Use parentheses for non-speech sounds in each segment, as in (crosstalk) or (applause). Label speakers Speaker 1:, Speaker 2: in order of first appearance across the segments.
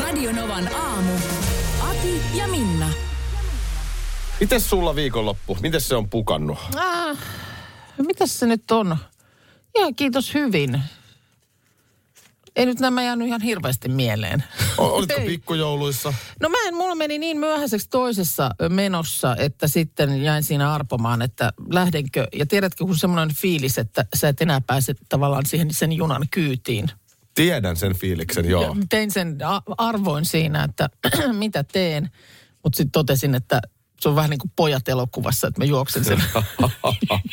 Speaker 1: Radionovan aamu. Ati ja Minna.
Speaker 2: Mites sulla viikonloppu? Miten se on pukannut?
Speaker 3: Ah, mitäs se nyt on? Ihan kiitos hyvin. Ei nyt nämä jäänyt ihan hirveästi mieleen.
Speaker 2: O- olitko
Speaker 3: Ei.
Speaker 2: pikkujouluissa?
Speaker 3: No mä en, mulla meni niin myöhäiseksi toisessa ö, menossa, että sitten jäin siinä arpomaan, että lähdenkö. Ja tiedätkö, kun semmoinen fiilis, että sä et enää pääse tavallaan siihen sen junan kyytiin.
Speaker 2: Tiedän sen fiiliksen, joo.
Speaker 3: Ja Tein sen a- arvoin siinä, että (clears throat) mitä teen. Mutta sitten totesin, että se on vähän niin kuin pojat elokuvassa, että mä
Speaker 2: (laughs)
Speaker 3: juoksen sen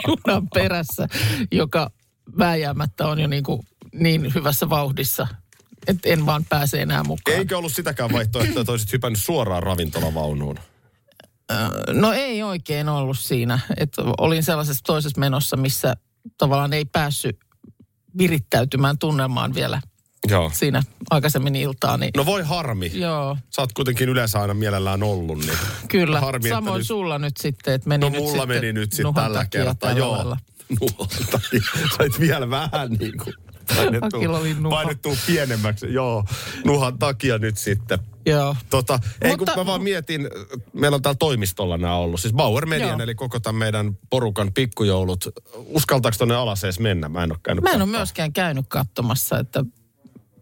Speaker 3: junan perässä, joka vääjäämättä on jo niin, kuin niin hyvässä vauhdissa, että en vaan pääse enää mukaan.
Speaker 2: Eikö ollut sitäkään vaihtoehtoa, että olisit hypännyt suoraan ravintolavaunuun?
Speaker 3: No ei oikein ollut siinä. Et olin sellaisessa toisessa menossa, missä tavallaan ei päässyt virittäytymään tunnelmaan vielä
Speaker 2: Joo.
Speaker 3: siinä aikaisemmin iltaa. Niin,
Speaker 2: No voi harmi.
Speaker 3: Joo,
Speaker 2: Sä oot kuitenkin yleensä aina mielellään ollut, niin...
Speaker 3: kyllä.
Speaker 2: Harmi, että
Speaker 3: Samoin
Speaker 2: nyt-
Speaker 3: sulla nyt sitten, että meni
Speaker 2: No
Speaker 3: nyt
Speaker 2: mulla
Speaker 3: sitten
Speaker 2: meni nyt sitten
Speaker 3: nuhan
Speaker 2: tällä
Speaker 3: takia
Speaker 2: kertaa,
Speaker 3: tällä
Speaker 2: joo.
Speaker 3: lailla.
Speaker 2: Nuhan takia. Sait vielä vähän niin kuin painettua,
Speaker 3: Akilla oli nuha.
Speaker 2: painettua pienemmäksi. Joo, nuhan takia nyt sitten.
Speaker 3: Joo.
Speaker 2: Tota, ei Mutta,
Speaker 3: Mutta-
Speaker 2: kun mä vaan mietin, äh, meillä on täällä toimistolla nämä ollut, siis Bauer Median,
Speaker 3: Joo.
Speaker 2: eli koko tämän meidän porukan pikkujoulut. Uskaltaako tonne alas edes mennä? Mä en ole käynyt
Speaker 3: Mä en ole
Speaker 2: kattoo.
Speaker 3: myöskään käynyt katsomassa, että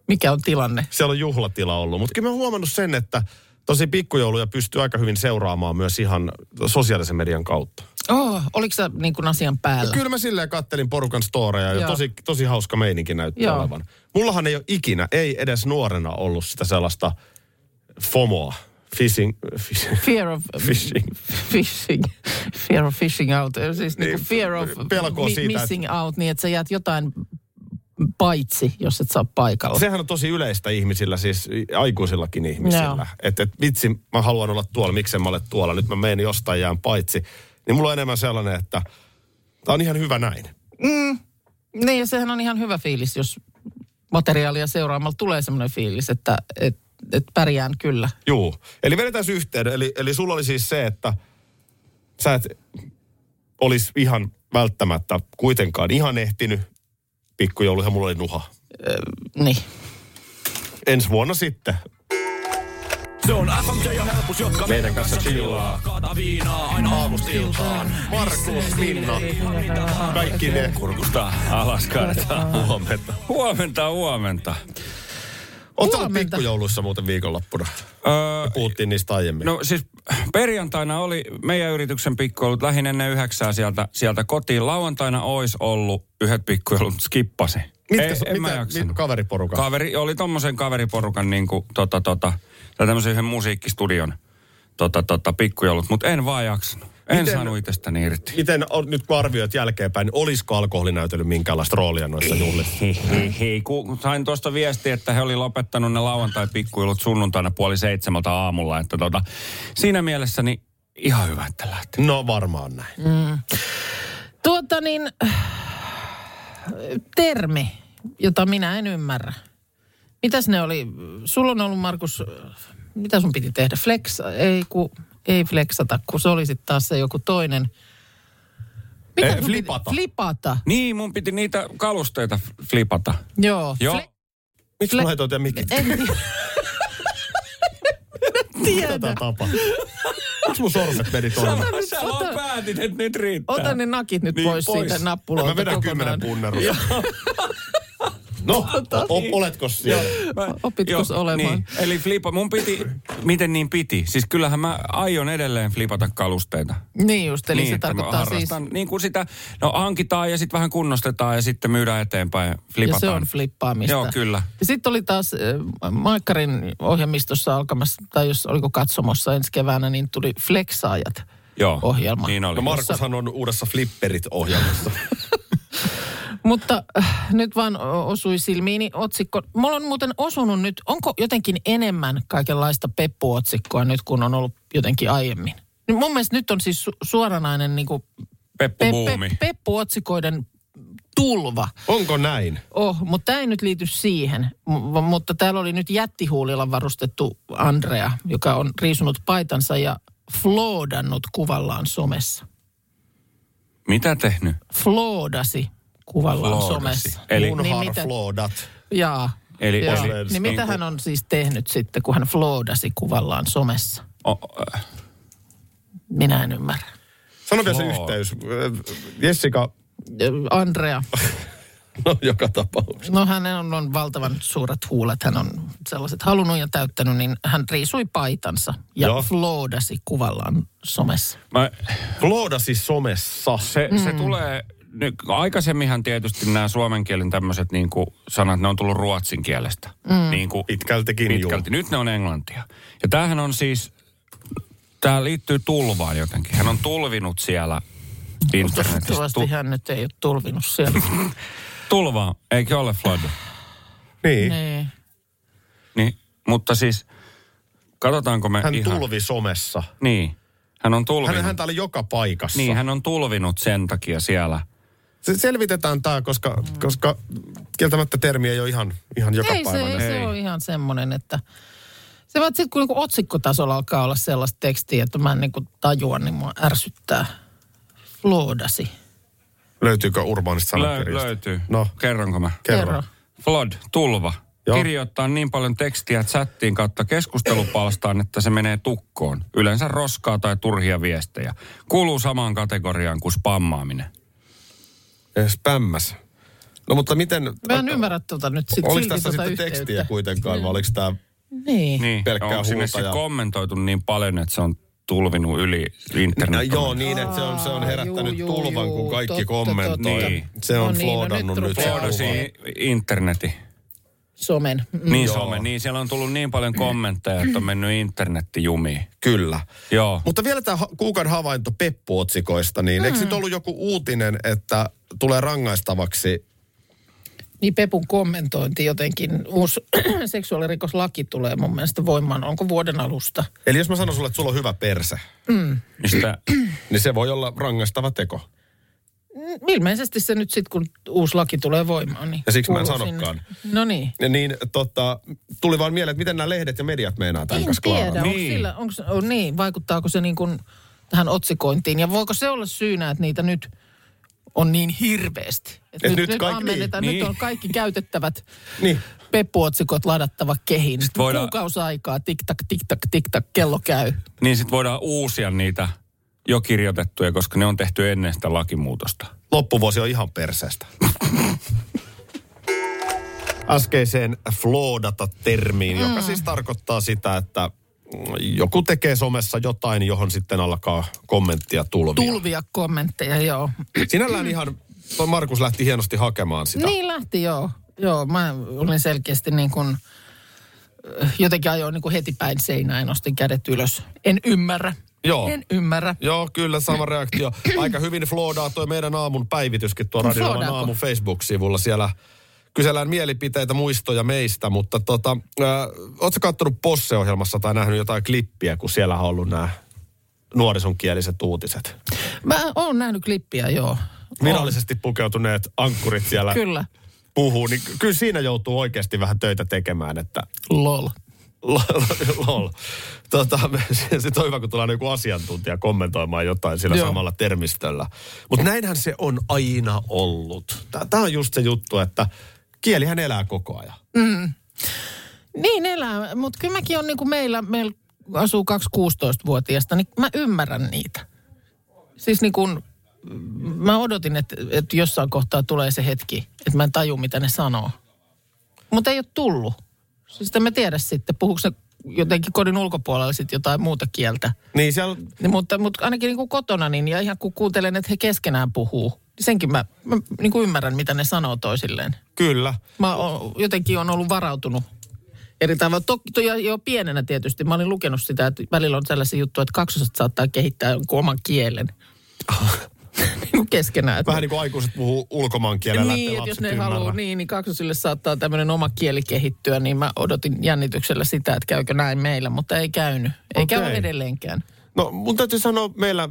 Speaker 3: mikä on tilanne.
Speaker 2: Siellä on juhlatila ollut, mutta kyllä mä oon huomannut sen, että tosi pikkujouluja pystyy aika hyvin seuraamaan myös ihan sosiaalisen median kautta.
Speaker 3: Oh, oliko sä niin kuin asian päällä?
Speaker 2: Kyllä mä silleen kattelin porukan storeja ja
Speaker 3: Joo.
Speaker 2: tosi, tosi hauska meininki näyttää
Speaker 3: Joo.
Speaker 2: olevan. Mullahan ei ole ikinä, ei edes nuorena ollut sitä sellaista FOMOa. Fishing, fishing,
Speaker 3: Fear of
Speaker 2: fishing.
Speaker 3: fishing, fear of fishing out, siis niin,
Speaker 2: Niin,
Speaker 3: niin fear of
Speaker 2: pelkoa siitä,
Speaker 3: missing out, niin että sä jäät jotain paitsi, jos et saa paikalla. Se...
Speaker 2: Sehän on tosi yleistä ihmisillä, siis aikuisillakin ihmisillä.
Speaker 3: Joo.
Speaker 2: Että et, vitsi, mä haluan olla tuolla, miksen mä ole tuolla, nyt mä menen jostain jään paitsi. Niin mulla on enemmän sellainen, että tää on ihan hyvä näin.
Speaker 3: Niin ja sehän on ihan hyvä fiilis, jos materiaalia seuraamalla tulee semmoinen fiilis, että et, et pärjään kyllä.
Speaker 2: Juu. Eli vedetään se yhteen. Eli, eli sulla oli siis se, että sä et olisi ihan välttämättä kuitenkaan ihan ehtinyt pikkujouluihin. Mulla oli nuha.
Speaker 3: Niin.
Speaker 2: Ensi vuonna sitten.
Speaker 4: Se on FMJ ja helpus, jotka
Speaker 2: Meidän kanssa chillaa.
Speaker 4: Kaata viinaa aina aamustiltaan.
Speaker 2: Markus, Minna, kaikki ne.
Speaker 4: Kurkusta alas kaadetaan.
Speaker 2: Huomenta.
Speaker 4: Huomenta, huomenta.
Speaker 2: Oletko ollut
Speaker 3: Huomenta.
Speaker 2: pikkujouluissa muuten viikonloppuna?
Speaker 4: Öö,
Speaker 2: Puhuttiin niistä aiemmin.
Speaker 4: no siis perjantaina oli meidän yrityksen pikkoulut lähin ennen yhdeksää sieltä, sieltä kotiin. Lauantaina olisi ollut yhdet pikkujoulut, skippasi.
Speaker 2: Mitkä,
Speaker 4: Ei,
Speaker 2: su-
Speaker 4: en mä jaksanut.
Speaker 2: mit, kaveriporukat?
Speaker 4: Kaveri, oli tommosen kaveriporukan niin kuin, tota, tota, tai tämmöisen yhden musiikkistudion tota, tota, pikkujoulut, mutta en vaan jaksanut. En
Speaker 2: Miten-
Speaker 4: Miten... saanut itsestäni irti.
Speaker 2: Miten on, nyt kun arvioit jälkeenpäin, niin olisiko alkoholi näytellyt minkäänlaista roolia noissa juhlissa?
Speaker 4: Hei, hei, hei. Ku, sain tuosta viesti, että he oli lopettanut ne lauantai-pikkuilut sunnuntaina puoli seitsemältä aamulla. Että tota, siinä mielessä niin ihan hyvä, että lähti.
Speaker 2: No varmaan näin.
Speaker 3: Mm. Tuota niin, termi, jota minä en ymmärrä. Mitäs ne oli? Sulla on ollut, Markus, mitä sun piti tehdä? Flex, ei ku, ei flexata, kun se oli sitten taas se joku toinen.
Speaker 2: Ei,
Speaker 3: sun piti-
Speaker 2: flipata.
Speaker 3: Flipata,
Speaker 4: Niin, mun piti niitä kalusteita flipata.
Speaker 3: joo.
Speaker 4: Joo.
Speaker 3: Fle-
Speaker 2: Miksi
Speaker 3: Fle-
Speaker 2: mä laitoin teidän mikit?
Speaker 3: (laughs) en
Speaker 2: Mitä tää tapahtuu? Miksi mun sormet meni tuonne?
Speaker 3: nyt,
Speaker 4: Sä
Speaker 3: ota-
Speaker 4: vaan päätit, että nyt riittää.
Speaker 3: Ota ne nakit nyt
Speaker 4: Niin,
Speaker 3: niin, pois,
Speaker 4: pois.
Speaker 3: siitä nappuloilta
Speaker 2: Mä vedän kymmenen
Speaker 3: kokonaan.
Speaker 2: punnerusta. No, o-
Speaker 3: niin.
Speaker 2: oletko siellä?
Speaker 4: Mä-
Speaker 3: Opitkos olemaan?
Speaker 4: Niin. Eli flipa, mun piti, miten niin piti? Siis kyllähän mä aion edelleen flipata kalusteita.
Speaker 3: Niin just, eli
Speaker 4: niin,
Speaker 3: niin, se
Speaker 4: että mä
Speaker 3: tarkoittaa siis,
Speaker 4: harrastan Niin kuin sitä, no hankitaan ja sitten vähän kunnostetaan ja sitten myydään eteenpäin ja
Speaker 3: ja
Speaker 4: flipataan.
Speaker 3: se on flippaamista.
Speaker 4: Joo, kyllä.
Speaker 3: Ja sitten oli taas äh, Maikkarin ohjelmistossa alkamassa, tai jos oliko katsomossa ensi keväänä, niin tuli Flexaajat.
Speaker 4: Joo.
Speaker 3: ohjelma.
Speaker 4: Niin
Speaker 3: (laughs)
Speaker 4: oli.
Speaker 2: No Markushan on uudessa Flipperit-ohjelmassa.
Speaker 3: Mutta äh, nyt vaan o- osui silmiini otsikko. Mulla on muuten osunut nyt, onko jotenkin enemmän kaikenlaista peppuotsikkoa nyt, kun on ollut jotenkin aiemmin? Nyt Mun mielestä nyt on siis su- suoranainen niin kuin pe-
Speaker 4: Peppubuumi.
Speaker 3: pe- peppuotsikoiden tulva.
Speaker 2: Onko näin?
Speaker 3: Oh, mutta tämä ei nyt liity siihen. M- mutta täällä oli nyt jättihuulilla varustettu Andrea, joka on riisunut paitansa ja floodannut kuvallaan somessa.
Speaker 4: Mitä tehnyt?
Speaker 3: Floodasi kuvallaan
Speaker 4: Floodasi.
Speaker 3: somessa.
Speaker 4: Eli-
Speaker 3: niin
Speaker 2: Munhar
Speaker 3: mitä,
Speaker 2: floodat.
Speaker 3: jaa,
Speaker 4: Eli- niinku-
Speaker 3: jaa.
Speaker 4: eli-
Speaker 3: niin mitä hän on siis tehnyt sitten, kun hän floodasi kuvallaan somessa?
Speaker 4: O, äh,
Speaker 3: Minä en ymmärrä.
Speaker 2: Sano vielä se
Speaker 4: Flood.
Speaker 2: yhteys. Jessica,
Speaker 3: Ö, Andrea,
Speaker 2: no joka tapauksessa.
Speaker 3: no hän on, on valtavan suuret huulet. Hän on sellaiset halunnut ja täyttänyt, niin hän riisui paitansa ja
Speaker 2: Joo.
Speaker 3: Joo. floodasi kuvallaan somessa.
Speaker 4: mä,
Speaker 2: Flooda siis somessa.
Speaker 4: se, mm. se tulee, nyt, aikaisemminhan tietysti nämä suomen kielen tämmöiset niin sanat, ne on tullut ruotsin kielestä. Mm. Niin kuin,
Speaker 2: Pitkältikin
Speaker 4: pitkälti. Nyt ne on englantia. Ja tämähän on siis, tämä liittyy tulvaan jotenkin. Hän on tulvinut siellä
Speaker 2: siis
Speaker 4: internetissä.
Speaker 3: Toivottavasti
Speaker 4: Tu,
Speaker 3: hän nyt ei ole tulvinut
Speaker 2: (laughs)
Speaker 3: siellä.
Speaker 2: Niin.
Speaker 4: tulvaa, eikö ole flood?
Speaker 2: juu. Niin.
Speaker 3: niin.
Speaker 4: Niin, mutta siis, katsotaanko me
Speaker 2: Hän
Speaker 4: ihan...
Speaker 2: tulvi somessa.
Speaker 4: Niin, hän on tulvinut.
Speaker 2: Hän, häntä oli joka paikassa.
Speaker 4: Niin, hän on tulvinut sen takia siellä.
Speaker 2: Se selvitetään tämä, koska, koska kieltämättä termi ei ole ihan, ihan joka
Speaker 3: Ei se,
Speaker 2: päivä. Niin.
Speaker 3: ei se ole ihan semmoinen, että... Se vaan sitten, kun niinku otsikkotasolla alkaa olla sellaista tekstiä, että mä en niinku tajua, niin mua ärsyttää. Floodasi.
Speaker 2: Löytyykö urbaanista
Speaker 4: Lö,
Speaker 2: sanakirjasta?
Speaker 4: löytyy.
Speaker 2: No,
Speaker 4: Kerronko mä?
Speaker 2: kerro.
Speaker 3: Kerro.
Speaker 4: Flood, tulva.
Speaker 2: Joo.
Speaker 4: Joo. Kirjoittaa niin paljon tekstiä chattiin kautta keskustelupalstaan, että se menee tukkoon. Yleensä roskaa tai turhia viestejä. Kuuluu samaan kategoriaan kuin spammaaminen.
Speaker 2: Eh, Spämmäs. No mutta miten...
Speaker 3: Mä en ymmärrä tuota nyt sit,
Speaker 2: Oliko
Speaker 3: silti
Speaker 2: tässä
Speaker 3: tota
Speaker 2: sitten
Speaker 3: yhteyttä.
Speaker 2: tekstiä kuitenkaan, vai oliko tämä...
Speaker 3: Niin. niin.
Speaker 4: Niin,
Speaker 2: Pelkkää
Speaker 4: onko sinne
Speaker 2: huutajaa.
Speaker 4: sit kommentoitu niin paljon, että se on tulvinut yli
Speaker 2: No,
Speaker 4: internet.
Speaker 2: joo, niin, että se on, se on
Speaker 3: Aa,
Speaker 2: herättänyt
Speaker 3: juu, juu,
Speaker 2: tulvan,
Speaker 3: juu,
Speaker 2: kun kaikki
Speaker 3: totta,
Speaker 2: kommentoi.
Speaker 4: totta.
Speaker 2: Niin. Se on no
Speaker 3: No niin, no
Speaker 2: floodannut
Speaker 3: nyt
Speaker 2: nyt. sen
Speaker 3: rupeaa
Speaker 2: kuvan.
Speaker 4: Floodasi interneti.
Speaker 3: Somen. Mm.
Speaker 4: Niin
Speaker 2: Joo.
Speaker 4: some, niin siellä on tullut niin paljon kommentteja, että on mennyt internetti jumiin.
Speaker 2: Kyllä.
Speaker 4: Joo.
Speaker 2: Mutta vielä tämä kuukan havainto Peppu-otsikoista, niin mm. eikö nyt ollut joku uutinen, että tulee rangaistavaksi?
Speaker 3: Niin Pepun kommentointi jotenkin. Uusi (clears throat) seksuaalirikoslaki tulee mun mielestä voimaan. Onko vuoden alusta?
Speaker 2: Eli jos mä sanon sulle, että sulla on hyvä perse,
Speaker 4: Niin sitä,
Speaker 2: niin se voi olla rangaistava teko.
Speaker 3: Mm, Ilmeisesti se nyt sitten, kun uusi laki tulee voimaan. Niin
Speaker 2: Ja siksi mä en
Speaker 3: kuuluu sinne.
Speaker 2: sanokaan.
Speaker 3: No niin.
Speaker 2: Ja niin tota, tuli vaan mieleen, että miten nämä lehdet ja mediat meinaa tämän
Speaker 3: En
Speaker 2: kanssa
Speaker 3: tiedä,
Speaker 2: klaarata.
Speaker 3: onko
Speaker 4: Niin.
Speaker 3: sillä, onko, on niin, vaikuttaako se niin kuin tähän otsikointiin ja voiko se olla syynä, että niitä nyt on niin hirveästi. Et
Speaker 2: nyt kaikki-
Speaker 3: ammenneta,
Speaker 4: niin.
Speaker 3: nyt
Speaker 4: Niin.
Speaker 3: on kaikki käytettävät
Speaker 2: Niin.
Speaker 3: peppuotsikot ladattava kehin.
Speaker 4: voidaan-
Speaker 3: Kuukausaikaa, tiktak, tiktak, tiktak, kello käy.
Speaker 4: niin sitten voidaan uusia niitä jo kirjoitettuja, koska ne on tehty ennen sitä lakimuutosta.
Speaker 2: Loppuvuosi on ihan perseestä. Äskeiseen floodata termiin, mm. joka siis tarkoittaa sitä, että mm, joku tekee somessa jotain, johon sitten alkaa kommenttia tulvia.
Speaker 3: Tulvia kommentteja, joo.
Speaker 2: Sinällään ihan, toi Markus lähti hienosti hakemaan sitä.
Speaker 3: Niin lähti, joo. Joo, mä olin selkeästi niin kuin, jotenkin ajoin niin kuin heti päin seinään ja nostin kädet ylös. En ymmärrä.
Speaker 2: Joo.
Speaker 3: En ymmärrä.
Speaker 2: Joo, kyllä, sama reaktio. (clears throat) Aika hyvin floodaa toi meidän aamun päivityskin tuolla Radiovan
Speaker 3: Floodaako?
Speaker 2: aamun Facebook-sivulla. Siellä kysellään mielipiteitä, muistoja meistä, mutta tota, äh, ootko kattonut Posse-ohjelmassa tai nähnyt jotain klippiä, kun siellä on ollut nämä nuorisonkieliset uutiset?
Speaker 3: Mä oon nähnyt klippiä, joo.
Speaker 2: Virallisesti pukeutuneet ankkurit siellä
Speaker 3: Oon. Kyllä.
Speaker 2: puhuu, niin ky- kyllä siinä joutuu oikeasti vähän töitä tekemään, että
Speaker 3: Lol.
Speaker 2: lol. Tota, (laughs) sitten on hyvä, kun tulee joku asiantuntija kommentoimaan jotain sillä Joo.
Speaker 3: Joo.
Speaker 2: samalla termistöllä. Mutta näinhän se on aina ollut. Tämä on just se juttu, että kielihän elää koko ajan.
Speaker 3: Mm. Niin elää, mutta kyllä mäkin on niin kuin meillä, meillä asuu kaksi 16-vuotiaista, niin mä ymmärrän niitä. Siis niin kuin, mä odotin, että, että jossain kohtaa tulee se hetki, että mä en taju, mitä ne sanoo. Mutta ei ole tullut. Siis sitä mä tiedä sitten, puhuuko se jotenkin kodin ulkopuolella sitten jotain muuta kieltä.
Speaker 2: Niin siellä,
Speaker 3: Niin, mutta, mutta ainakin niin kuin kotona, niin ja ihan kun kuuntelen, että he keskenään puhuu, niin senkin mä, mä niin kuin ymmärrän, mitä ne sanoo toisilleen.
Speaker 2: kyllä.
Speaker 3: Mä oon, jotenkin on ollut varautunut eri tavalla. Toki to, jo, jo pienenä tietysti. Mä olin lukenut
Speaker 2: (laughs)
Speaker 3: sitä, että välillä on sellaisia juttuja, että kaksoset saattaa kehittää jonkun oman kielen. niinku keskenään. että-
Speaker 2: Vähän niin kuin aikuiset puhuu ulkomaankielellä. ettei
Speaker 3: niin, että jos
Speaker 2: lapset
Speaker 3: ne
Speaker 2: ymmärrä.
Speaker 3: haluaa, niin, niin kaksosille saattaa tämmöinen oma kieli kehittyä, niin mä odotin jännityksellä sitä, että käykö näin meillä, mutta ei käynyt. Ei
Speaker 2: Okei.
Speaker 3: okay. käynyt edelleenkään.
Speaker 2: No mun täytyy sanoa, meillä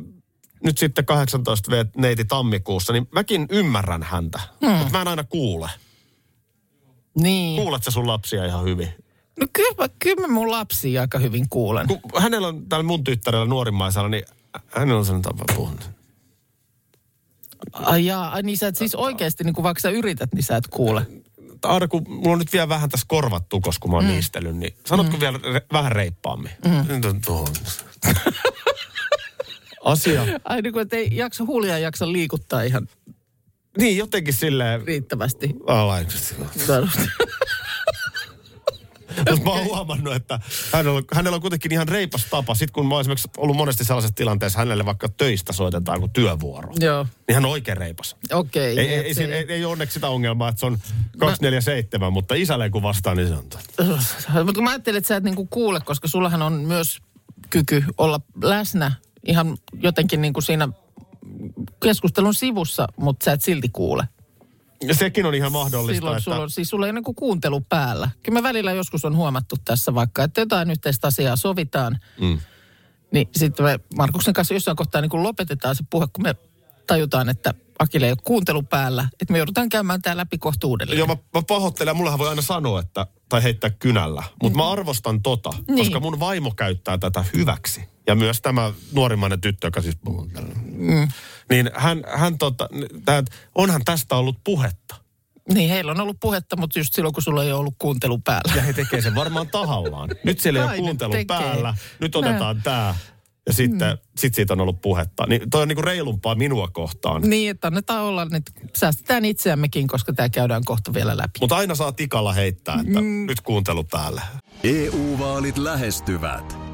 Speaker 2: nyt sitten 18 vet- neiti tammikuussa, niin mäkin ymmärrän häntä. Hmm. Mutta mä en aina kuule.
Speaker 3: Niin.
Speaker 2: Kuulet sä sun lapsia ihan hyvin?
Speaker 3: No kyllä, mä- kyllä mä mun lapsia aika hyvin kuulen.
Speaker 2: Kun hänellä on, täällä mun tyttärellä nuorimmaisella, niin hänellä on sellainen tapa puhua.
Speaker 3: Ai, jaa, ai niin sä et siis oikeasti, niin kun vaikka sä yrität, niin sä et kuule.
Speaker 2: Aina kun mulla on nyt vielä vähän tässä korvat tukos, kun mä oon mm. niistellyt, niin sanotko mm. vielä re- vähän reippaammin? Mm. Nyt on tuohon. (laughs) Asia.
Speaker 3: Ai niin kun, et ei jaksa huulia, jaksa liikuttaa ihan
Speaker 2: Niin, jotenkin silleen... (laughs)
Speaker 3: riittävästi.
Speaker 2: Alaisesti. Mutta mä oon huomannut, että hänellä on, hänellä on kuitenkin ihan reipas tapa. Sitten kun mä oon esimerkiksi ollut monesti sellaisessa tilanteessa, hänelle vaikka töistä soitetaan kuin työvuoro.
Speaker 3: Joo,
Speaker 2: Niin hän on oikein reipas.
Speaker 3: okei.
Speaker 2: Ei, ei, ei,
Speaker 3: se-
Speaker 2: siinä- ei, ei ole onneksi sitä ongelmaa, että se on 247, mutta isälle kun vastaa, niin se on.
Speaker 3: Mutta mä ajattelin, että sä et niinku kuule, koska sullahan on myös kyky olla läsnä ihan jotenkin niinku siinä keskustelun sivussa, mutta sä et silti kuule.
Speaker 2: Ja sekin on ihan mahdollista,
Speaker 3: Silloin
Speaker 2: että...
Speaker 3: sulla on, siis sulla ei ole niinku kuuntelu päällä. Kyllä me välillä joskus on huomattu tässä vaikka, että jotain yhteistä asiaa sovitaan. Mm. Niin sitten me Markuksen kanssa jossain kohtaa niinku lopetetaan se puhe, kun me tajutaan, että Akille ei ole kuuntelu päällä. Että me joudutaan käymään tämä läpi kohta uudelleen.
Speaker 2: Joo, mä, mä pahoittelen. Mullahan voi aina sanoa, että, tai heittää kynällä. Mutta mä arvostan tota, niin. koska mun vaimo käyttää tätä hyväksi. Ja myös tämä nuorimmainen tyttö, joka siis... Mm. Niin hän, hän tota, tää, onhan tästä ollut puhetta.
Speaker 3: Niin, heillä on ollut puhetta, mutta just silloin, kun sulla ei ole ollut kuuntelu päällä.
Speaker 2: Ja he tekee sen varmaan tahallaan. Nyt siellä ei ole
Speaker 3: Kai nyt
Speaker 2: kuuntelu
Speaker 3: tekee.
Speaker 2: päällä. Nyt
Speaker 3: Mä- Mm.
Speaker 2: otetaan tämä. Ja sitten sit siitä on ollut puhetta. Niin toi on niinku reilumpaa minua kohtaan.
Speaker 3: Niin, että annetaan olla, nyt säästetään itseämmekin, koska tämä käydään kohta vielä läpi.
Speaker 2: Mutta aina saa tikalla heittää, että
Speaker 3: Mm.
Speaker 2: nyt kuuntelu päällä.
Speaker 5: EU-vaalit E lähestyvät.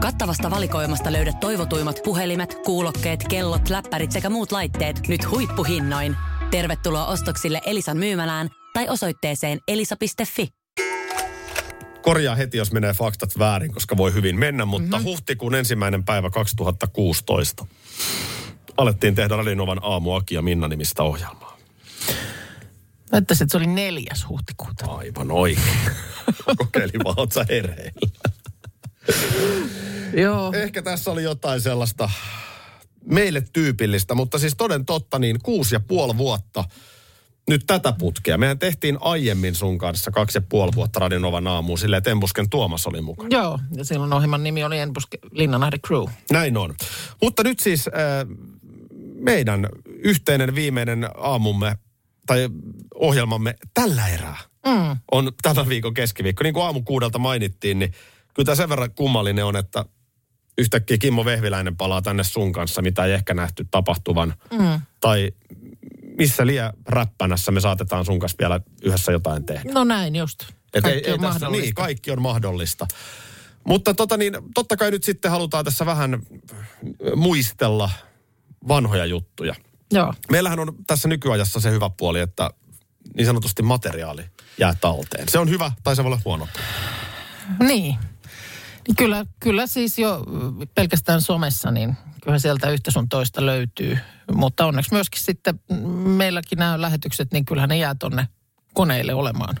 Speaker 6: Kattavasta valikoimasta löydät toivotuimmat puhelimet, kuulokkeet, kellot, läppärit sekä muut laitteet nyt huippuhinnoin. Tervetuloa ostoksille Elisan myymälään tai osoitteeseen elisa.fi.
Speaker 2: korjaa heti, jos menee faktat väärin, koska voi hyvin mennä, mutta mm-hmm. huhtikuun ensimmäinen päivä 2016 alettiin tehdä Radinovan aamu Aki ja Minna nimistä ohjelmaa.
Speaker 3: Mä ajattelin, että se oli neljäs huhtikuuta.
Speaker 2: Aivan oikein. (laughs) Kokeilin vaan, oot sä hereillä.
Speaker 3: Joo.
Speaker 2: Ehkä tässä oli jotain sellaista meille tyypillistä, mutta siis toden totta niin kuusi ja puoli vuotta nyt tätä putkea. Mehän tehtiin aiemmin sun kanssa kaksi ja puoli vuotta Radinovan aamuun silleen, että Embusken Tuomas oli mukana.
Speaker 3: Joo, ja silloin ohjelman nimi oli Enbuske Linnanahde Crew.
Speaker 2: Näin on. Mutta nyt siis äh, meidän yhteinen viimeinen aamumme tai ohjelmamme tällä erää mm. on tämän viikon keskiviikko. Niin kuin aamu kuudelta mainittiin, niin kyllä tämä sen verran kummallinen on, että yhtäkkiä Kimmo Vehviläinen palaa tänne sun kanssa, mitä ei ehkä nähty tapahtuvan. Mm. Tai missä liian räppänässä me saatetaan sun kanssa vielä yhdessä jotain tehdä.
Speaker 3: No näin just.
Speaker 2: Et
Speaker 3: Kaikki on
Speaker 2: tässä-
Speaker 3: mahdollista.
Speaker 2: Niin, kaikki on mahdollista. Mutta tota niin, totta kai nyt sitten halutaan tässä vähän äh, muistella vanhoja juttuja.
Speaker 3: Joo.
Speaker 2: Meillähän on tässä nykyajassa se hyvä puoli, että niin sanotusti materiaali jää talteen. Se on hyvä tai se voi olla huono.
Speaker 3: Niin. niin kyllä, kyllä siis jo mm, pelkästään somessa, niin kyllä sieltä yhtä sun toista löytyy. Mutta onneksi myöskin sitten mm, meilläkin nämä lähetykset, niin kyllähän ne jää tonne koneille olemaan.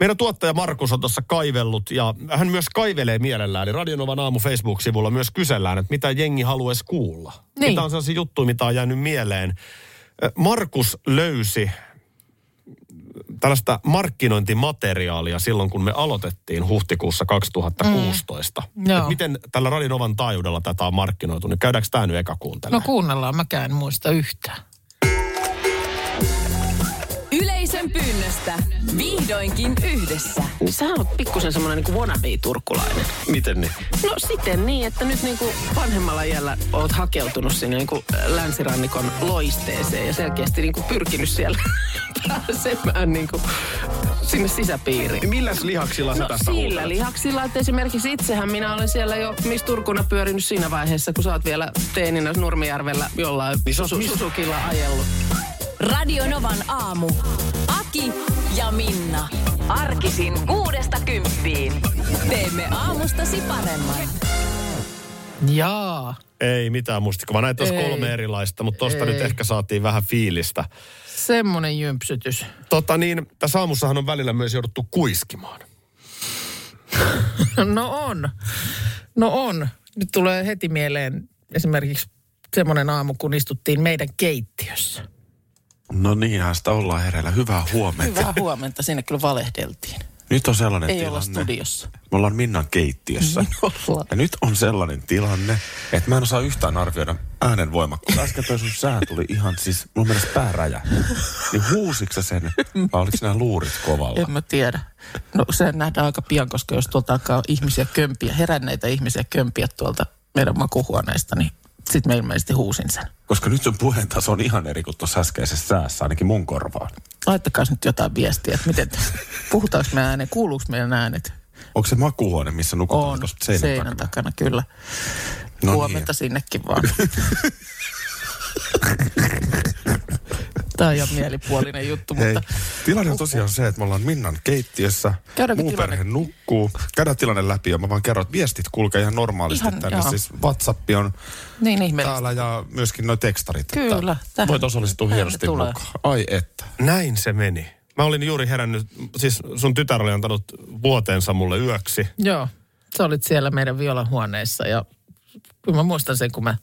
Speaker 2: Meidän tuottaja Markus on tuossa kaivellut ja hän myös kaivelee mielellään. Eli Radionovan aamu Facebook-sivulla myös kysellään, että mitä jengi haluaisi kuulla.
Speaker 3: Niin.
Speaker 2: Mitä on sellaisia juttuja, mitä on jäänyt mieleen. Ö, Markus löysi tällaista markkinointimateriaalia silloin, kun me aloitettiin huhtikuussa 2016. Mm.
Speaker 3: Joo.
Speaker 2: miten tällä Radinovan taajuudella tätä on markkinoitu, niin käydäänkö tämä nyt eka
Speaker 3: No
Speaker 2: kuuntelemaan?
Speaker 3: kuunnellaan, mäkään en muista yhtään.
Speaker 1: Yleisön pyynnöstä vihdoinkin yhdessä.
Speaker 7: Niin sähän on pikkusen semmoinen niinku wannabe-turkulainen.
Speaker 2: Miten niin?
Speaker 7: No siten niin, että nyt niinku vanhemmalla iällä oot hakeutunut sinne niinku länsirannikon loisteeseen ja selkeästi niinku pyrkinyt siellä (laughs) pääsemään niinku sinne sisäpiiriin.
Speaker 2: Milläs lihaksilla sä
Speaker 7: No
Speaker 2: tässä
Speaker 7: sillä
Speaker 2: Niin huutelet?
Speaker 7: lihaksilla, että esimerkiksi itsehän minä olen siellä jo Miss Turkuna pyörinyt siinä vaiheessa, kun sä oot vielä teeninä Nurmijärvellä jollain
Speaker 2: Niin
Speaker 7: susu- susukilla ajellut.
Speaker 1: Radio Novan aamu. Aki ja Minna. Arkisin kuudesta kymppiin. Teemme aamustasi paremman.
Speaker 3: Jaa,
Speaker 2: Ei mitään mustikkaa, vaan näitä olisi
Speaker 3: Ei.
Speaker 2: kolme erilaista, mutta tosta nyt ehkä saatiin vähän fiilistä.
Speaker 3: semmonen jympsytys.
Speaker 2: Tota niin, tässä aamussahan on välillä myös jouduttu kuiskimaan.
Speaker 3: (laughs) No on. No on. Nyt tulee heti mieleen esimerkiksi semmoinen aamu, kun istuttiin meidän keittiössä.
Speaker 8: No niinhän sitä ollaan hereillä. Hyvää huomenta.
Speaker 3: Hyvää huomenta, siinä kyllä valehdeltiin.
Speaker 8: Nyt on sellainen
Speaker 3: Ei Mm-hmm.
Speaker 8: tilanne.
Speaker 3: olla studiossa.
Speaker 8: Me ollaan Minnan keittiössä.
Speaker 3: Ollaan.
Speaker 8: Ja nyt on sellainen tilanne, että mä en osaa yhtään arvioida äänen voimakkuutta. Äsken toi sun sää tuli ihan siis, mun mielestä pääräjä. Niin huusitko sä sen, vai oliko nämä luurit kovalla?
Speaker 3: En mä tiedä. No se nähdään aika pian, koska jos tuolta alkaa ihmisiä kömpiä, heränneitä ihmisiä kömpiä tuolta meidän makuhuoneesta, niin sitten mä ilmeisesti huusin sen.
Speaker 8: Koska nyt sun puheen taso on ihan eri kuin tuossa äskeisessä säässä, ainakin mun korvaan.
Speaker 3: Laittakaa nyt jotain viestiä, että miten, puhutaanko me ääneen, kuuluuko meidän äänet?
Speaker 8: Onko se makuuhuone, missä nukutaan
Speaker 3: On,
Speaker 8: tuossa
Speaker 3: seinän,
Speaker 8: seinän,
Speaker 3: takana.
Speaker 8: takana?
Speaker 3: kyllä.
Speaker 8: No
Speaker 3: No
Speaker 8: niin.
Speaker 3: Huomenta sinnekin vaan. Tämä on ihan mielipuolinen juttu,
Speaker 8: Hei,
Speaker 3: mutta
Speaker 8: tilanne on tosiaan se, että me ollaan Minnan keittiössä.
Speaker 3: Käydäänkö
Speaker 8: Muu
Speaker 3: tilanne-
Speaker 8: perhe nukkuu. Käydään tilanne läpi ja mä vaan kerron, että viestit kulkee ihan normaalisti
Speaker 3: Ihan,
Speaker 8: ihan, tänne.
Speaker 3: joo.
Speaker 8: Joo. Siis WhatsApp on
Speaker 3: niin ihmeellistä.
Speaker 8: täällä ja myöskin noi tekstarit. että
Speaker 3: Kyllä, tähän-
Speaker 8: Voit osallistua
Speaker 3: tähän
Speaker 8: hienosti
Speaker 3: tulee.
Speaker 8: mukaan. Ai että.
Speaker 2: Näin se meni. Mä olin juuri herännyt, siis sun tytär oli antanut vuoteensa mulle
Speaker 3: (laughs)
Speaker 2: yöksi.
Speaker 3: Joo, sä olit siellä meidän violan huoneessa ja kyllä mä muistan sen, kun mä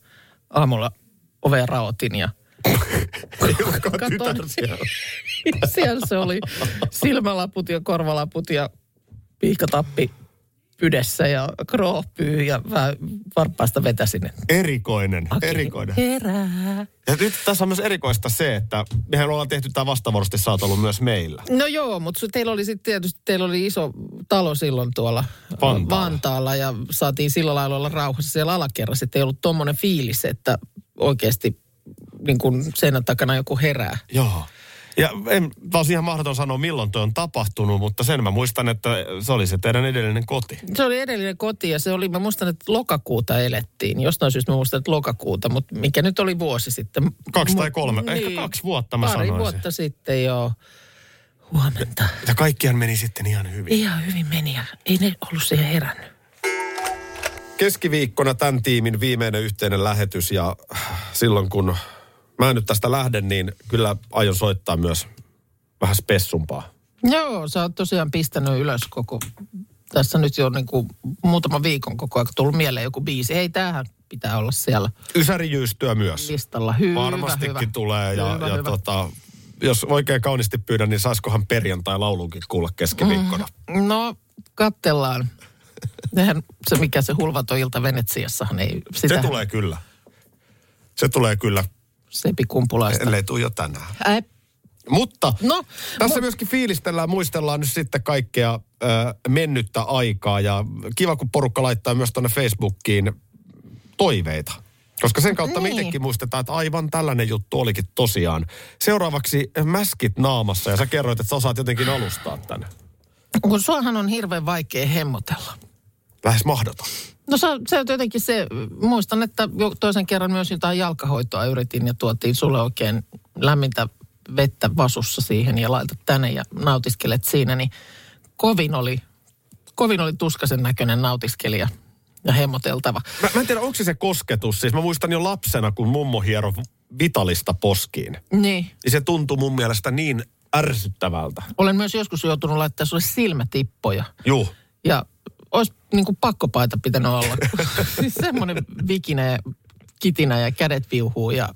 Speaker 3: aamulla oveen raotin ja (laughs) katon, siellä se oli silmälaput ja korvalaput ja piikatappi pydessä ja krooppyy ja vähän varpaasta vetäsin. että
Speaker 2: Erikoinen, erikoinen.
Speaker 3: Herää.
Speaker 2: Ja nyt tässä on myös erikoista se, että mehän ollaan tehty tämä vastavuorosti, sä oot ollut myös meillä.
Speaker 3: No joo, mutta teillä oli sitten tietysti, teillä oli iso talo silloin tuolla
Speaker 2: Vantaalla.
Speaker 3: Vantaalla ja saatiin sillä lailla olla rauhassa siellä alakerrassa, että ei ollut tommonen fiilis, että oikeasti niin kuin seinän takana joku herää.
Speaker 2: Joo. Ja en taas ihan mahdoton sanoa, milloin toi on tapahtunut, mutta sen mä muistan, että se oli se teidän edellinen koti.
Speaker 3: Se oli edellinen koti ja se oli, mä muistan, että lokakuuta elettiin. Jostain syystä mä muistan, että lokakuuta, mutta mikä nyt oli vuosi sitten.
Speaker 2: Kaksi tai
Speaker 3: Mut-
Speaker 2: kolme, ehkä kaksi vuotta mä
Speaker 3: Pari
Speaker 2: sanoisin.
Speaker 3: vuotta sitten, joo. Huomenta.
Speaker 2: Ja kaikkihan meni sitten ihan hyvin.
Speaker 3: Ihan hyvin meni ja ei ne ollut siihen herännyt.
Speaker 2: keskiviikkona tämän tiimin viimeinen yhteinen lähetys ja silloin kun mä nyt tästä lähden, niin kyllä aion soittaa myös vähän spessumpaa.
Speaker 3: Joo, sä oot tosiaan pistänyt ylös koko, tässä nyt jo niin kuin muutama viikon koko ajan tullut mieleen joku biisi. Ei, tämähän pitää olla siellä
Speaker 2: Ysäri jyystyä myös.
Speaker 3: listalla. Hyvä,
Speaker 2: Varmastikin
Speaker 3: hyvä.
Speaker 2: tulee ja,
Speaker 3: Hyvä,
Speaker 2: ja
Speaker 3: hyvä.
Speaker 2: Tota, jos oikein kauniisti pyydän, niin saiskohan perjantai laulunkin kuulla keskiviikkona. Mm.
Speaker 3: No, kattellaan. Nehän se, mikä se hulvaton ilta Venetsiassahan ei,
Speaker 2: Se
Speaker 3: sitä
Speaker 2: tulee kyllä. Se tulee kyllä,
Speaker 3: Sepi Kumpulaista.
Speaker 2: ellei tule jo tänään.
Speaker 3: Ä,
Speaker 2: Mutta
Speaker 3: No,
Speaker 2: no, tässä
Speaker 3: mut-
Speaker 2: myöskin fiilistellään, muistellaan nyt sitten kaikkea ö, mennyttä aikaa. Ja kiva, kun porukka laittaa myös tuonne Facebookiin toiveita. Koska sen kautta niin. me itsekin muistetaan, että aivan tällainen juttu olikin tosiaan. Seuraavaksi mäskit naamassa ja sä kerroit, että sä osaat jotenkin alustaa tänne.
Speaker 3: kun suahan on hirveän vaikea hemmotella.
Speaker 2: Lähes mahdoton.
Speaker 3: No se, se on jotenkin se, muistan, että jo toisen kerran myös jotain jalkahoitoa yritin ja tuotiin sulle oikein lämmintä vettä vasussa siihen ja laitat tänne ja nautiskelet siinä, niin kovin oli, kovin oli tuskasen näköinen nautiskelija ja hemmoteltava.
Speaker 2: Mä, mä en tiedä, onko se se kosketus. Siis mä muistan jo lapsena, kun mummo hiero vitalista poskiin.
Speaker 3: Niin.
Speaker 2: Niin se tuntui mun mielestä niin ärsyttävältä.
Speaker 3: Olen myös joskus joutunut laittamaan sulle silmätippoja
Speaker 2: Juh.
Speaker 3: ja olisi niin kuin pakkopaita pitänyt olla. (laughs) siis semmoinen vikinä ja kitinä ja kädet viuhuu ja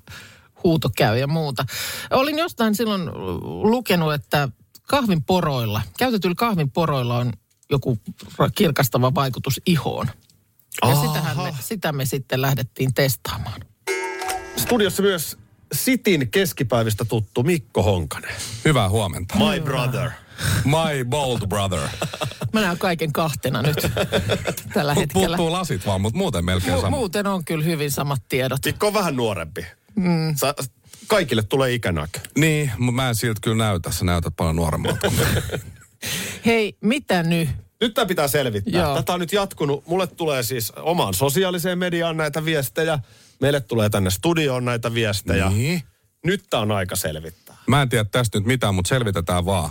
Speaker 3: huuto käy ja muuta. Olin jostain silloin lukenut, että kahvin poroilla, käytetyillä kahvin poroilla on joku ra- kirkastava vaikutus ihoon. Ja sitähän me, sitä me sitten lähdettiin testaamaan.
Speaker 2: Studiossa myös Sitin keskipäivistä tuttu Mikko Honkanen.
Speaker 4: Hyvää huomenta.
Speaker 2: My brother.
Speaker 4: My bold
Speaker 3: (laughs)
Speaker 4: brother.
Speaker 3: Mä näen kaiken kahtena
Speaker 4: (laughs)
Speaker 3: nyt tällä
Speaker 4: Mut
Speaker 3: hetkellä.
Speaker 4: Puuttuu lasit vaan, mutta muuten melkein
Speaker 3: Mu-
Speaker 4: sama.
Speaker 3: muuten on kyllä hyvin samat tiedot.
Speaker 2: Mikko on vähän nuorempi. Mm. Sa, kaikille tulee ikänäkö.
Speaker 4: Niin, mutta mä en siltä kyllä näytä. Sä näytät paljon nuoremmalta. kuin minä.
Speaker 3: Hei, mitä nyt?
Speaker 2: Nyt tämä pitää selvittää.
Speaker 3: Joo.
Speaker 2: Tätä on nyt jatkunut. Mulle tulee siis omaan sosiaaliseen mediaan näitä viestejä. Meille tulee tänne studioon näitä viestejä.
Speaker 4: niin.
Speaker 2: Nyt tämä on aika selvittää.
Speaker 4: Mä en tiedä tästä nyt mitään, mutta selvitetään vaan.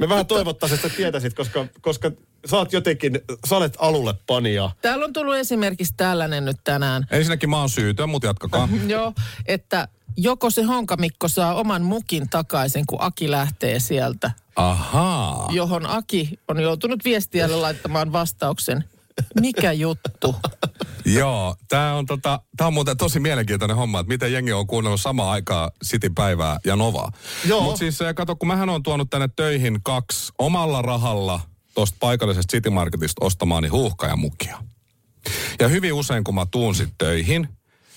Speaker 2: Me vähän toivottaisiin, että sä tietäisit, koska, koska sä oot jotenkin, sä olet alulle panija.
Speaker 3: Täällä on tullut esimerkiksi tällainen nyt tänään.
Speaker 4: Ensinnäkin mä oon syytön, mutta
Speaker 3: (laughs)
Speaker 4: jatkakaa.
Speaker 3: Joo, että joko se honkamikko saa oman mukin takaisin, kun Aki lähtee sieltä,
Speaker 4: Ahaa.
Speaker 3: johon Aki on joutunut viestiälle laittamaan vastauksen. Mikä juttu?
Speaker 4: Joo, tää on, tota, tää on muuten tosi mielenkiintoinen homma, että miten jengi on kuunnellut samaan aikaan City Päivää ja Novaa.
Speaker 2: Joo.
Speaker 4: Mutta siis eh, kato, kun mähän on tuonut tänne töihin kaksi omalla rahalla tuosta paikallisesta City Marketista niin ostamaani huuhkajamukia. Ja hyvin usein, kun mä tuun sit töihin,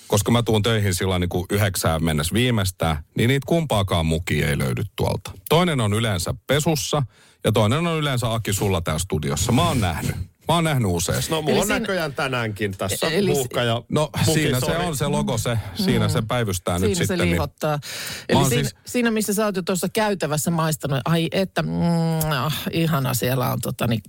Speaker 4: koska mä tuun töihin silloin niin kuin yhdeksään mennessä viimeistään, niin niitä kumpaakaan mukia ei löydy tuolta. Toinen on yleensä pesussa ja toinen on yleensä Aki sulla täällä studiossa. Mä oon nähnyt. Mä oon nähnyt useasti.
Speaker 2: No mulla
Speaker 3: Eli
Speaker 2: on
Speaker 3: siinä-
Speaker 2: näköjään tänäänkin tässä
Speaker 3: Eli-
Speaker 2: puhka ja
Speaker 4: No
Speaker 2: muki,
Speaker 4: siinä se
Speaker 2: sorry.
Speaker 4: on se logo, se, siinä se päivystää
Speaker 3: Mm. Siinä
Speaker 4: nyt
Speaker 3: se
Speaker 4: sitten. niin-
Speaker 3: liihottaa. Eli
Speaker 4: oon
Speaker 3: siinä,
Speaker 4: siis-
Speaker 3: siis... siinä, missä sä oot jo tuossa käytävässä maistanut, ai että mm, ah, ihana siellä on tota, niin,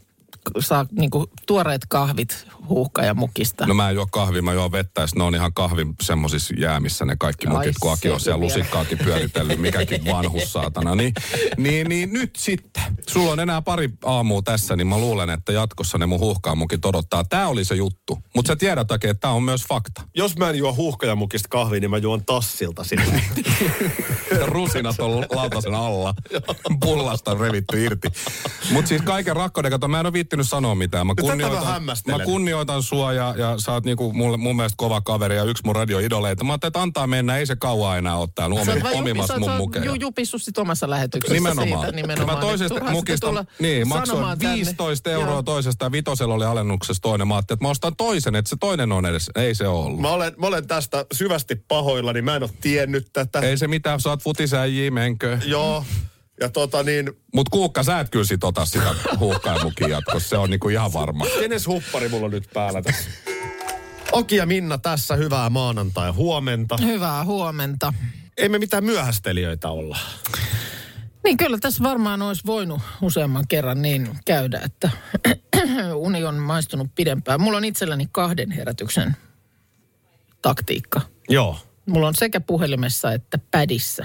Speaker 3: saa niin kuin, tuoreet kahvit huuhka ja mukista.
Speaker 4: No mä en juo kahvia, mä juon vettä, ja sit ne on ihan kahvin semmosissa jäämissä ne kaikki
Speaker 3: Ai
Speaker 4: mukit, kun Aki on
Speaker 3: se
Speaker 4: siellä
Speaker 3: vielä.
Speaker 4: lusikkaakin pyöritellyt, mikäkin vanhus saatana. Niin, niin, niin nyt sitten, sulla on enää pari aamua tässä, niin mä luulen, että jatkossa ne mun huuhkaamukit odottaa. Tää oli se juttu, mutta sä tiedät Aki, että tää on myös fakta.
Speaker 2: Jos mä en juo huuhkajamukista kahvia, niin mä juon tassilta (laughs) sitten.
Speaker 4: Ja rusinat on lautasen alla. Pullasta on revitty irti. Mutta siis kaiken rakkauden, kato, mä en ole viittinyt sanoa mitään. Mä
Speaker 2: tätä mä
Speaker 4: kunnioitan,
Speaker 2: hämmästelen.
Speaker 4: mä kunnioitan sua ja, ja sä oot niinku mulle, mun mielestä kova kaveri ja yksi mun radioidoleita. Mä ajattelin, että antaa mennä, ei se kauan enää ole täällä
Speaker 3: Sä
Speaker 4: omi,
Speaker 3: oot vaan jupi- sä
Speaker 4: omimassa
Speaker 3: oot-
Speaker 4: mun
Speaker 3: sä oot
Speaker 4: mukeja.
Speaker 3: ju- jupissut sit omassa lähetyksessä
Speaker 4: Nimenomaan.
Speaker 3: siitä nimenomaan.
Speaker 4: Mä
Speaker 3: Niin
Speaker 4: toisesta
Speaker 3: turha
Speaker 4: mukista,
Speaker 3: sitten tulla
Speaker 4: niin, maksoin
Speaker 3: sanomaan tänne.
Speaker 4: 15 euroa
Speaker 3: Joo.
Speaker 4: toisesta ja vitosella oli alennuksessa toinen. Mä ajattelin, että mä ostan toisen, että se toinen on edes. Ei se ole ollut.
Speaker 2: Mä olen, mä olen tästä syvästi pahoilla, niin mä en ole tiennyt tätä.
Speaker 4: Ei se mitään, sä oot futisäjiä, menkö.
Speaker 2: Joo. Ja tota niin,
Speaker 4: Mut Kuukka, sä et kyllä sit ota sitä huuhkaimukin jatkossa, se on niinku ihan varma.
Speaker 2: kenes huppari mulla on nyt päällä tässä? Oki ja Minna tässä, hyvää maanantai huomenta.
Speaker 3: Hyvää huomenta.
Speaker 2: Ei me mitään myöhästelijöitä olla.
Speaker 3: Niin kyllä tässä varmaan olisi voinut useamman kerran niin käydä, että (clears throat) uni on maistunut pidempään. Mulla on itselläni kahden herätyksen taktiikka.
Speaker 2: Joo.
Speaker 3: Mulla on sekä puhelimessa että pädissä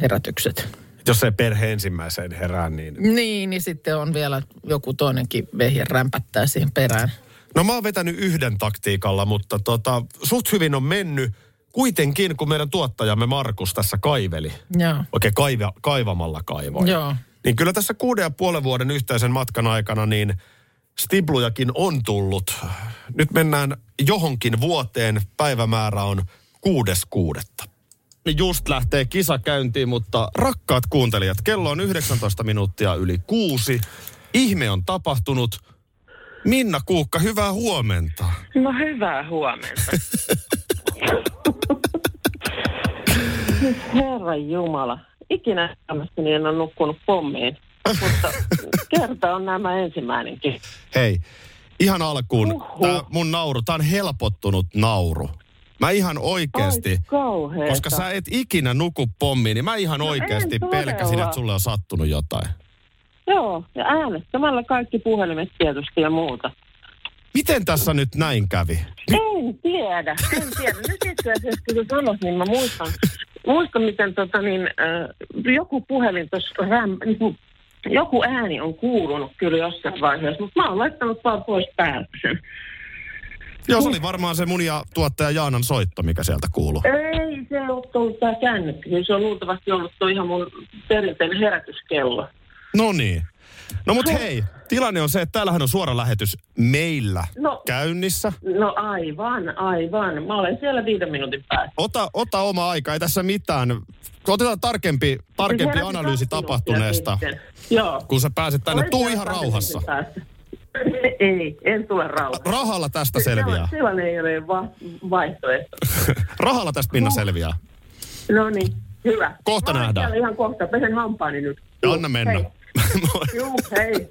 Speaker 3: herätykset.
Speaker 2: Jos ei perhe ensimmäiseen herää, niin...
Speaker 3: Niin, niin sitten on vielä joku toinenkin vehje rämpättää siihen perään.
Speaker 2: No mä oon vetänyt yhden taktiikalla, mutta tota, suht hyvin on mennyt. Kuitenkin, kun meidän tuottajamme Markus tässä kaiveli,
Speaker 3: Joo.
Speaker 2: oikein kaiva, kaivamalla kaivoi.
Speaker 3: Joo.
Speaker 2: Niin kyllä tässä kuuden ja puolen vuoden yhteisen matkan aikana niin stiblujakin on tullut. Nyt mennään johonkin vuoteen. Päivämäärä on kuudes kuudetta. Niin Just lähtee kisa käyntiin, mutta rakkaat kuuntelijat, kello on 19 minuuttia yli kuusi. Ihme on tapahtunut. Minna Kuukka, hyvää huomenta.
Speaker 7: No hyvää huomenta. (laughs) Herra Jumala, ikinä elämässäni en ole nukkunut pommiin, mutta kerta on nämä ensimmäinenkin.
Speaker 2: Hei, ihan alkuun
Speaker 7: Uhu.
Speaker 2: tää mun nauru, tää on helpottunut nauru. Mä ihan oikeesti...
Speaker 7: Ai kauheeta.
Speaker 2: Koska sä et ikinä nuku pommiin, niin mä
Speaker 9: No
Speaker 2: ihan oikeasti
Speaker 7: en
Speaker 2: pelkäsin,
Speaker 7: todella.
Speaker 2: että sulle on sattunut jotain.
Speaker 7: Joo, ja äänestämällä kaikki puhelimet tietysti ja muuta.
Speaker 2: Miten tässä nyt näin kävi?
Speaker 7: En tiedä, en tiedä. Nyt itse asiassa, kun sä sanot, niin mä muistan, muistan miten tota, niin, äh, joku puhelin tuossa räm- niin kuin- joku ääni on kuulunut kyllä jossain vaiheessa, mutta mä oon laittanut vaan pois päältä sen.
Speaker 2: Joo, se oli varmaan se mun ja tuottaja Jaanan soitto, mikä sieltä kuuluu.
Speaker 7: Ei se ole tullut tää kännykkä, niin se on luultavasti ollut tuo ihan mun perinteinen herätyskello.
Speaker 2: No niin. No mut hei, tilanne on se, että täällähän on suora lähetys meillä
Speaker 9: No.
Speaker 2: käynnissä.
Speaker 9: No aivan, aivan. Mä olen siellä viiden minuutin päässä.
Speaker 2: Ota, ota oma aika, ei tässä mitään. Otetaan tarkempi,
Speaker 7: Niin
Speaker 2: tarkempi
Speaker 9: Heräsin
Speaker 2: analyysi
Speaker 9: kaksi
Speaker 2: tapahtuneesta,
Speaker 9: minuuttia sitten. Joo.
Speaker 2: kun sä pääset tänne.
Speaker 9: Olen
Speaker 2: Tuu
Speaker 9: siellä
Speaker 2: ihan
Speaker 9: kahden
Speaker 2: rauhassa.
Speaker 9: minuutin päässä.
Speaker 7: (laughs)
Speaker 9: ei, en tule rauhassa.
Speaker 2: Rahalla tästä selviää.
Speaker 9: Sellainen ei ole va- vaihtoehto.
Speaker 2: Rahalla tästä pinna selviää.
Speaker 9: No niin, hyvä.
Speaker 2: Kohta
Speaker 9: Mä olen
Speaker 2: nähdään.
Speaker 9: siellä ihan kohta. Pesen hampaani nyt.
Speaker 2: Anna mennä.
Speaker 9: Hei.
Speaker 2: (laughs)
Speaker 9: Juu, hei.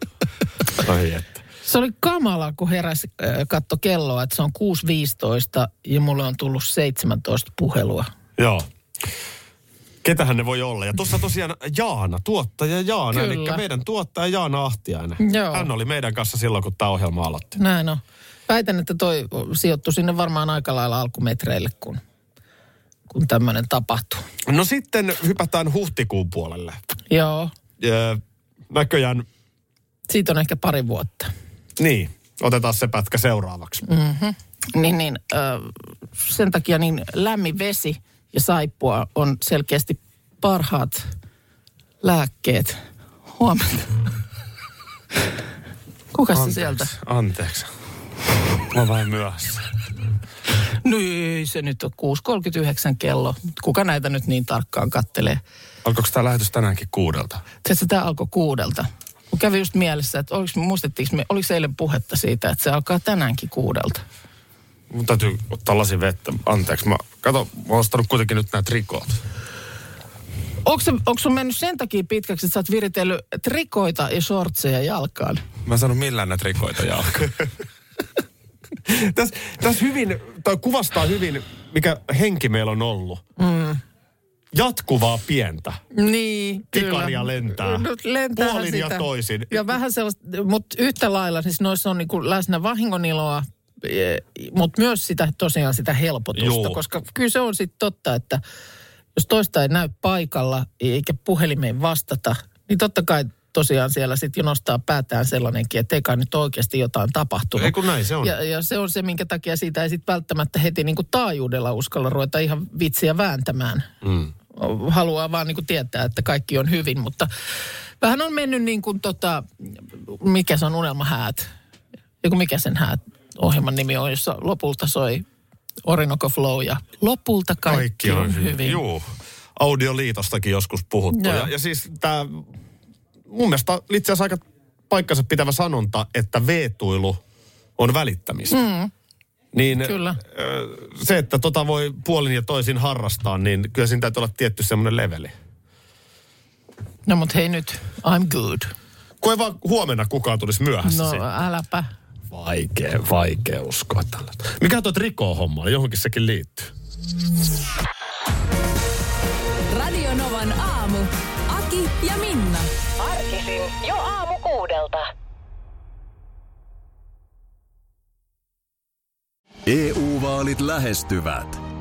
Speaker 2: Ai että.
Speaker 3: Se oli kamala, kun heräs äh, katto kelloa, että se on 6.15 ja mulle on tullut 17 puhelua.
Speaker 2: Joo. Ketähän ne voi olla? Ja tuossa tosiaan Jaana, tuottaja Jaana,
Speaker 3: Kyllä.
Speaker 2: eli meidän tuottaja Jaana Ahtiainen.
Speaker 3: Joo.
Speaker 2: Hän oli meidän kanssa silloin, kun tämä ohjelma aloitti.
Speaker 3: Näin on. Väitän, että toi sijoittui sinne varmaan aika lailla alkumetreille, kun, kun tämmöinen tapahtuu.
Speaker 2: No sitten hypätään huhtikuun puolelle.
Speaker 3: Joo,
Speaker 2: Ö, näköjään,
Speaker 3: siitä on ehkä pari vuotta.
Speaker 2: niin, otetaan se pätkä seuraavaksi.
Speaker 3: Niin, niin äh, sen takia niin lämmin vesi ja saippua on selkeästi parhaat lääkkeet. Huomenta. Kuka se sieltä?
Speaker 2: Anteeksi. Mä oon vähän myöhässä.
Speaker 3: No ei se nyt on 6.39 kello. Mut Kuka näitä nyt niin tarkkaan kattelee?
Speaker 2: Alkoiko tämä lähetys tänäänkin kuudelta?
Speaker 3: Tiedätkö, tämä alkoi kuudelta. Mun kävi just mielessä, että oliko, muistettiinko me, oliko eilen puhetta siitä, että se alkaa tänäänkin kuudelta.
Speaker 2: Mun täytyy ottaa lasin vettä. Anteeksi, mä, kato, mä oon ostanut kuitenkin nyt nämä trikoot.
Speaker 3: Onko, se, onko sun mennyt sen takia pitkäksi, että sä oot viritellyt trikoita ja shortseja jalkaan?
Speaker 8: Mä en saanut millään näitä rikoita jalkaan.
Speaker 2: Tässä täs hyvin, tai kuvastaa hyvin, mikä henki meillä on ollut. Mm. Jatkuvaa pientä.
Speaker 3: Niin,
Speaker 2: Kikaria lentää.
Speaker 3: No, lentää
Speaker 2: Puolin
Speaker 3: sitä.
Speaker 2: ja toisin.
Speaker 3: Ja vähän sellaista, mutta yhtä lailla siis noissa on niinku läsnä vahingoniloa, mutta myös sitä tosiaan sitä helpotusta,
Speaker 2: Joo.
Speaker 3: koska kyllä se on sitten totta, että jos toista ei näy paikalla eikä puhelimeen vastata, niin totta kai tosiaan siellä sitten jo nostaa päätään sellainenkin, että eikä nyt oikeasti jotain tapahtunut.
Speaker 2: Ei kun näin se on.
Speaker 3: Ja, ja se on se, minkä takia siitä ei sitten välttämättä heti niin kuin taajuudella uskalla ruveta ihan vitsiä vääntämään. Mm. Haluaa vaan niin kuin tietää, että kaikki on hyvin, mutta vähän on mennyt niin kuin tota, mikä se on unelmahäät, joku mikä sen häät ohjelman nimi on, jossa lopulta soi Orinoco Flow ja lopulta kaikki, on hyvin.
Speaker 2: Juu. Audioliitostakin joskus puhuttu.
Speaker 3: Joo.
Speaker 2: Ja, ja siis tämä, mun mielestä itse asiassa aika paikkansa pitävä sanonta, että veetuilu on välittämistä. Mm. Niin
Speaker 3: Kyllä.
Speaker 2: ö, se, että tota voi puolin ja toisin harrastaa, niin kyllä siinä täytyy olla tietty semmoinen leveli.
Speaker 3: No mut hei nyt, I'm good.
Speaker 2: Kun ei vaan huomenna kukaan tulisi myöhässä.
Speaker 3: No
Speaker 2: siitä.
Speaker 3: äläpä.
Speaker 2: Vaikea, vaikea uskoa tällä. Mikä tuo trikoo homma on? Johonkin sekin liittyy.
Speaker 1: Radio Novan aamu. Aki ja Minna. Arkisin jo aamu kuudelta.
Speaker 5: EU-vaalit E lähestyvät.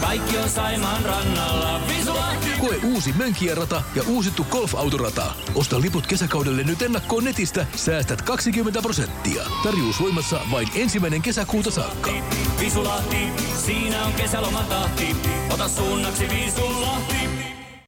Speaker 10: kaikki on Saimaan rannalla. Visulahti!
Speaker 11: Koe uusi Mönkijärata ja uusittu golfautorata. Osta liput kesäkaudelle nyt ennakkoon netistä. Säästät 20 prosenttia. Tarjous voimassa vain ensimmäinen kesäkuuta saakka.
Speaker 10: Visulahti, siinä on kesälomatahti. Ota suunnaksi Visulahti.